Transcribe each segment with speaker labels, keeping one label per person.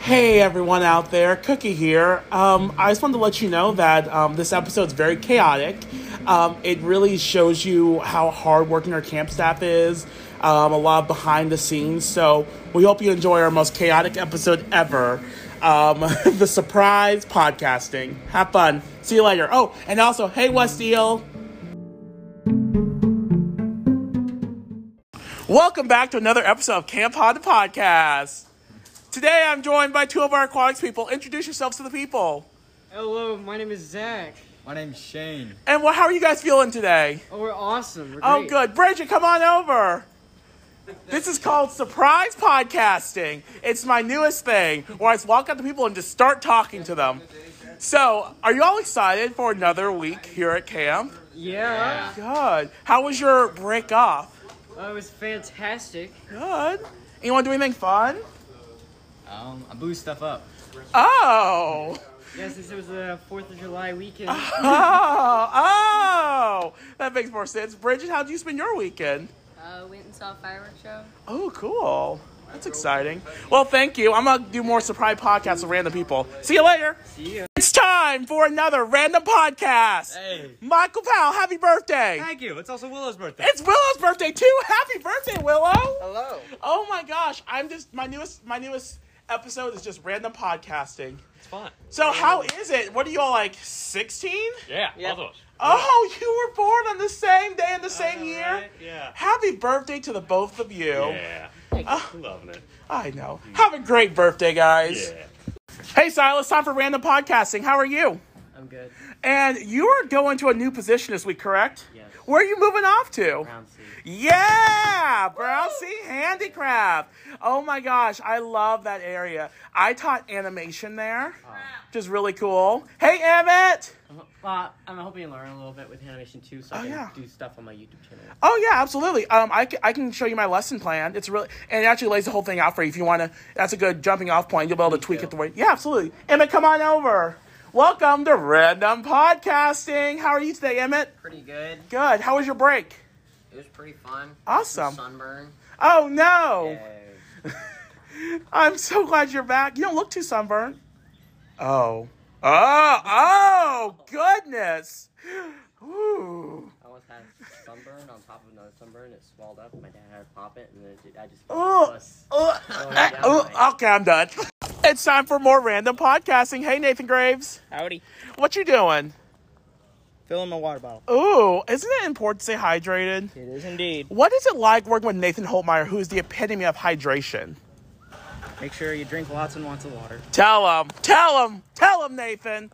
Speaker 1: Hey everyone out there, Cookie here. Um, I just wanted to let you know that um, this episode is very chaotic. Um, it really shows you how hardworking our camp staff is, um, a lot of behind the scenes. So we hope you enjoy our most chaotic episode ever um, the surprise podcasting. Have fun. See you later. Oh, and also, hey, West Deal. Welcome back to another episode of Camp Pod the Podcast. Today I'm joined by two of our aquatics people. Introduce yourselves to the people.
Speaker 2: Hello, my name is Zach.
Speaker 3: My name's Shane.
Speaker 1: And well, how are you guys feeling today?
Speaker 2: Oh, we're awesome. We're
Speaker 1: Oh,
Speaker 2: great.
Speaker 1: good. Bridget, come on over. This is called surprise podcasting. It's my newest thing where I just walk up to people and just start talking to them. So, are you all excited for another week here at camp?
Speaker 2: Yeah,
Speaker 1: Good. How was your break off?
Speaker 2: that was fantastic.
Speaker 1: Good. Anyone do anything fun?
Speaker 3: Um, I blew stuff up.
Speaker 1: Oh.
Speaker 2: Yeah, since it was the Fourth of July weekend,
Speaker 1: Oh. Oh. That makes more sense. Bridget, how did you spend your weekend?
Speaker 4: Uh, went and saw a fireworks show.
Speaker 1: Oh, cool. That's exciting. Well, thank you. I'm going to do more surprise podcasts with random people. See you later.
Speaker 2: see ya.
Speaker 1: It's time for another random podcast.
Speaker 3: Hey.
Speaker 1: Michael Powell, happy birthday.
Speaker 3: Thank you. It's also Willow's birthday.
Speaker 1: It's Willow's birthday too. Happy birthday, Willow.
Speaker 5: Hello.
Speaker 1: Oh my gosh. I'm just my newest my newest episode is just random podcasting.
Speaker 3: It's fun.
Speaker 1: So how is it? What are you all like 16?
Speaker 3: Yeah,
Speaker 5: Yeah.
Speaker 3: both of us.
Speaker 1: Oh, you were born on the same day in the same year.
Speaker 3: Yeah.
Speaker 1: Happy birthday to the both of you.
Speaker 3: Yeah.
Speaker 1: Ah.
Speaker 3: Loving it.
Speaker 1: I know. Have a great birthday, guys.
Speaker 3: Yeah.
Speaker 1: Hey, Silas, time for random podcasting. How are you?
Speaker 2: I'm good.
Speaker 1: And you are going to a new position this week, correct?
Speaker 2: Yes.
Speaker 1: Where are you moving off to?
Speaker 2: Round C.
Speaker 1: Yeah, Brown Sea Handicraft. Oh my gosh, I love that area. I taught animation there, which is really cool. Hey, Emmett.
Speaker 2: Well, I'm hoping to learn a little bit with animation too, so I
Speaker 1: Oh,
Speaker 2: can
Speaker 1: yeah.
Speaker 2: do stuff on my YouTube channel.
Speaker 1: Oh yeah, absolutely. Um, I, c- I can show you my lesson plan. It's really and it actually lays the whole thing out for you if you want to. That's a good jumping off point. You'll be able to tweak it the way. Yeah, absolutely. Emmett, come on over. Welcome to Random Podcasting. How are you today, Emmett?
Speaker 5: Pretty good.
Speaker 1: Good. How was your break?
Speaker 5: It was pretty fun.
Speaker 1: Awesome.
Speaker 5: Sunburn.
Speaker 1: Oh no.
Speaker 5: Yay.
Speaker 1: I'm so glad you're back. You don't look too sunburned. Oh. Oh, oh, goodness. Ooh.
Speaker 5: I once had sunburn on top of another sunburn. It swelled up. My dad had to pop it, and then it, did- I just.
Speaker 1: Oh. Oh, eh, oh, okay, I'm done. It's time for more random podcasting. Hey, Nathan Graves.
Speaker 6: Howdy.
Speaker 1: What you doing?
Speaker 6: Filling my water bottle.
Speaker 1: Ooh, isn't it important to stay hydrated?
Speaker 6: It is indeed.
Speaker 1: What is it like working with Nathan Holtmeyer, who is the epitome of hydration?
Speaker 6: Make sure you drink lots and lots of water.
Speaker 1: Tell him. Tell him. Tell him, Nathan.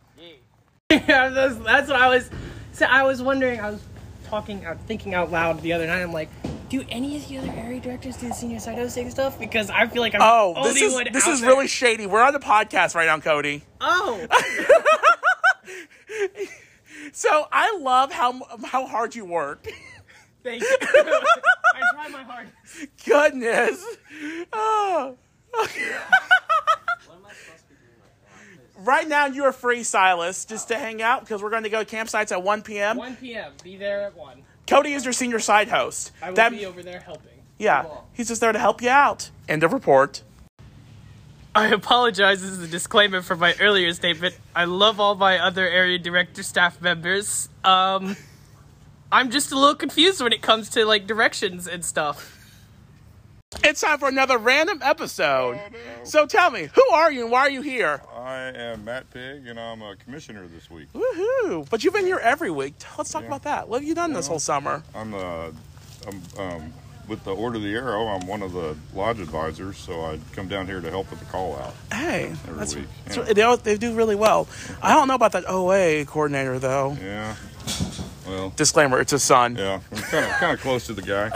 Speaker 6: yeah, that's, that's what I was. So I was wondering. I was talking, out, thinking out loud the other night. I'm like, do any of the other area directors do senior sidosig stuff? Because I feel like I'm
Speaker 1: Oh,
Speaker 6: the only
Speaker 1: this is
Speaker 6: one
Speaker 1: this
Speaker 6: out
Speaker 1: is
Speaker 6: there.
Speaker 1: really shady. We're on the podcast right now, Cody.
Speaker 6: Oh,
Speaker 1: So I love how how hard you work.
Speaker 6: thank you. I try my hardest.
Speaker 1: Goodness. Oh. right now you are free, Silas, just to hang out because we're going to go to campsites at 1 p.m.
Speaker 6: 1 p.m. Be there at one.
Speaker 1: Cody is your senior side host.
Speaker 6: I will
Speaker 1: That-
Speaker 6: be over there helping.
Speaker 1: yeah, he's just there to help you out. End of report.
Speaker 7: I apologize as a disclaimer for my earlier statement. I love all my other area director staff members. Um, I'm just a little confused when it comes to like directions and stuff.
Speaker 1: It's time for another random episode. So tell me, who are you and why are you here?
Speaker 8: I am Matt Pig, and I'm a commissioner this week.
Speaker 1: Woohoo! But you've been here every week. Let's talk about that. What have you done this whole summer?
Speaker 8: I'm the, I'm, um, with the Order of the Arrow, I'm one of the lodge advisors, so I come down here to help with the call out.
Speaker 1: Hey,
Speaker 8: Every
Speaker 1: that's,
Speaker 8: week,
Speaker 1: that's
Speaker 8: yeah.
Speaker 1: what- they, all- they do really well. I don't know about that OA coordinator though.
Speaker 8: Yeah. Well,
Speaker 1: Disclaimer: it's his son. Yeah,
Speaker 8: yeah, I'm kind of kind of close to the guy.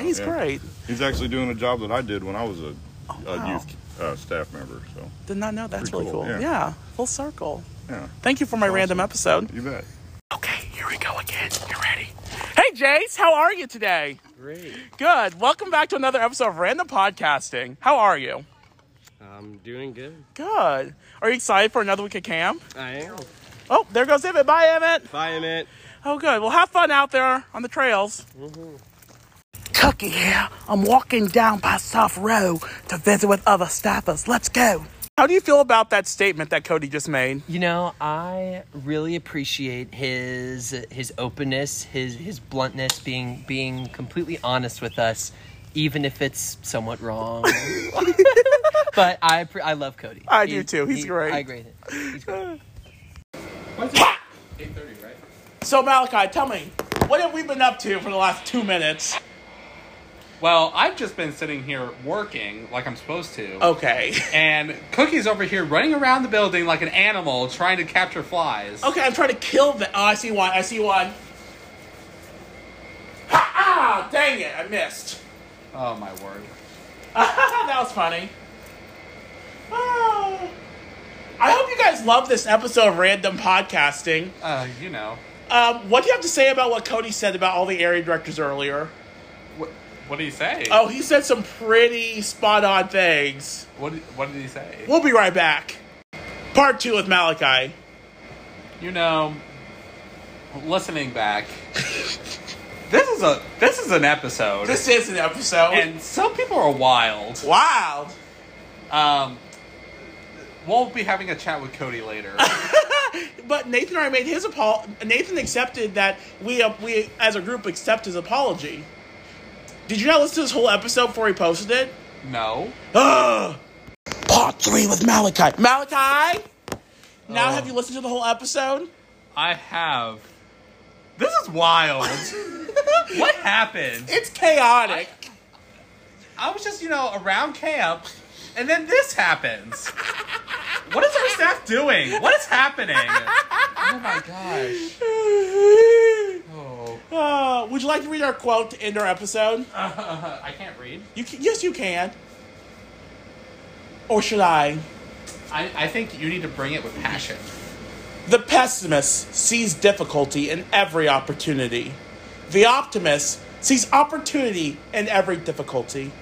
Speaker 1: he's
Speaker 8: Yeah.
Speaker 1: great.
Speaker 8: He's actually doing a job that I did when I was a, a
Speaker 1: wow.
Speaker 8: youth uh, staff member. So
Speaker 1: Did not know that's
Speaker 8: Pretty
Speaker 1: really cool.
Speaker 8: cool, yeah.
Speaker 1: Yeah, full circle.
Speaker 8: yeah,
Speaker 1: Thank you for my random episode.
Speaker 8: you bet.
Speaker 1: Okay, here we go again. You ready? Hey, Jace, how are you today?
Speaker 2: Great.
Speaker 1: Good. Welcome back to another episode of Random Podcasting. How are you?
Speaker 2: I'm doing good.
Speaker 1: Good. Are you excited for another week of camp?
Speaker 2: I am.
Speaker 1: Oh, there goes Emmett. Bye, Emmett.
Speaker 2: Bye, Emmett.
Speaker 1: Oh, good. Well, have fun out there on the trails. Mm-hmm. Cookie here. I'm walking down by South Row to visit with other staffers. Let's go. How do you feel about that statement that Cody just made?
Speaker 9: You know, I really appreciate his his openness, his his bluntness, being being completely honest with us, even if it's somewhat wrong. but I appre- I love Cody.
Speaker 1: I do too. He's great.
Speaker 9: I agree. with it. He's great.
Speaker 3: Eight thirty, right?
Speaker 1: So Malachi, tell me, what have we been up to for the last two minutes?
Speaker 10: Well, I've just been sitting here working like I'm supposed to.
Speaker 1: Okay.
Speaker 10: And Cookie's over here running around the building like an animal trying to capture flies.
Speaker 1: Okay, I'm trying to kill the. Oh, I see one. I see one. Ha! Ah! Dang it! I missed.
Speaker 10: Oh my word.
Speaker 1: that was funny. Ah. I hope you guys love this episode of Random Podcasting.
Speaker 10: Uh, you know.
Speaker 1: Um, what do you have to say about what Cody said about all the area directors earlier?
Speaker 10: What, what did he say?
Speaker 1: Oh, he said some pretty spot on things.
Speaker 10: What, did- what did he say?
Speaker 1: We'll be right back. Part two with Malachi.
Speaker 10: You know, listening back, this is a this is an episode.
Speaker 1: This is an episode.
Speaker 10: and some people are wild.
Speaker 1: wild.
Speaker 10: Um, we'll be having a chat with Cody later.
Speaker 1: But Nathan already made his apol. Nathan accepted that we uh, we as a group accept his apology. Did you not listen to this whole episode before he posted it?
Speaker 10: no.
Speaker 1: Ugh. Part three with Malachi. Malachi. Now have you listened to the whole episode?
Speaker 10: I have. This is wild. what happened?
Speaker 1: It's chaotic.
Speaker 10: I was just, you know, around camp, and then this happens. What is our staff doing? What is happening? Oh my gosh. Oh.
Speaker 1: Uh, would you like to read our quote to end our episode?
Speaker 10: I can't read.
Speaker 1: You can, yes, you can. Or should I?
Speaker 10: I, I think you need to bring it with passion.
Speaker 1: The pessimist sees difficulty in every opportunity. The optimist sees opportunity in every difficulty.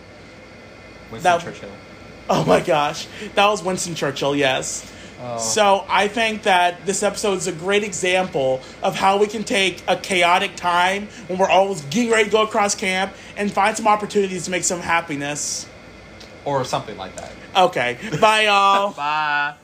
Speaker 10: Winston
Speaker 1: That-
Speaker 10: Churchill.
Speaker 1: Oh my gosh. That was Winston Churchill, yes. So I think that this episode is a great example of how we can take a chaotic time when we're always getting ready to go across camp and find some opportunities to make some happiness.
Speaker 10: Or something like that.
Speaker 1: Okay. Bye, y'all.
Speaker 10: Bye.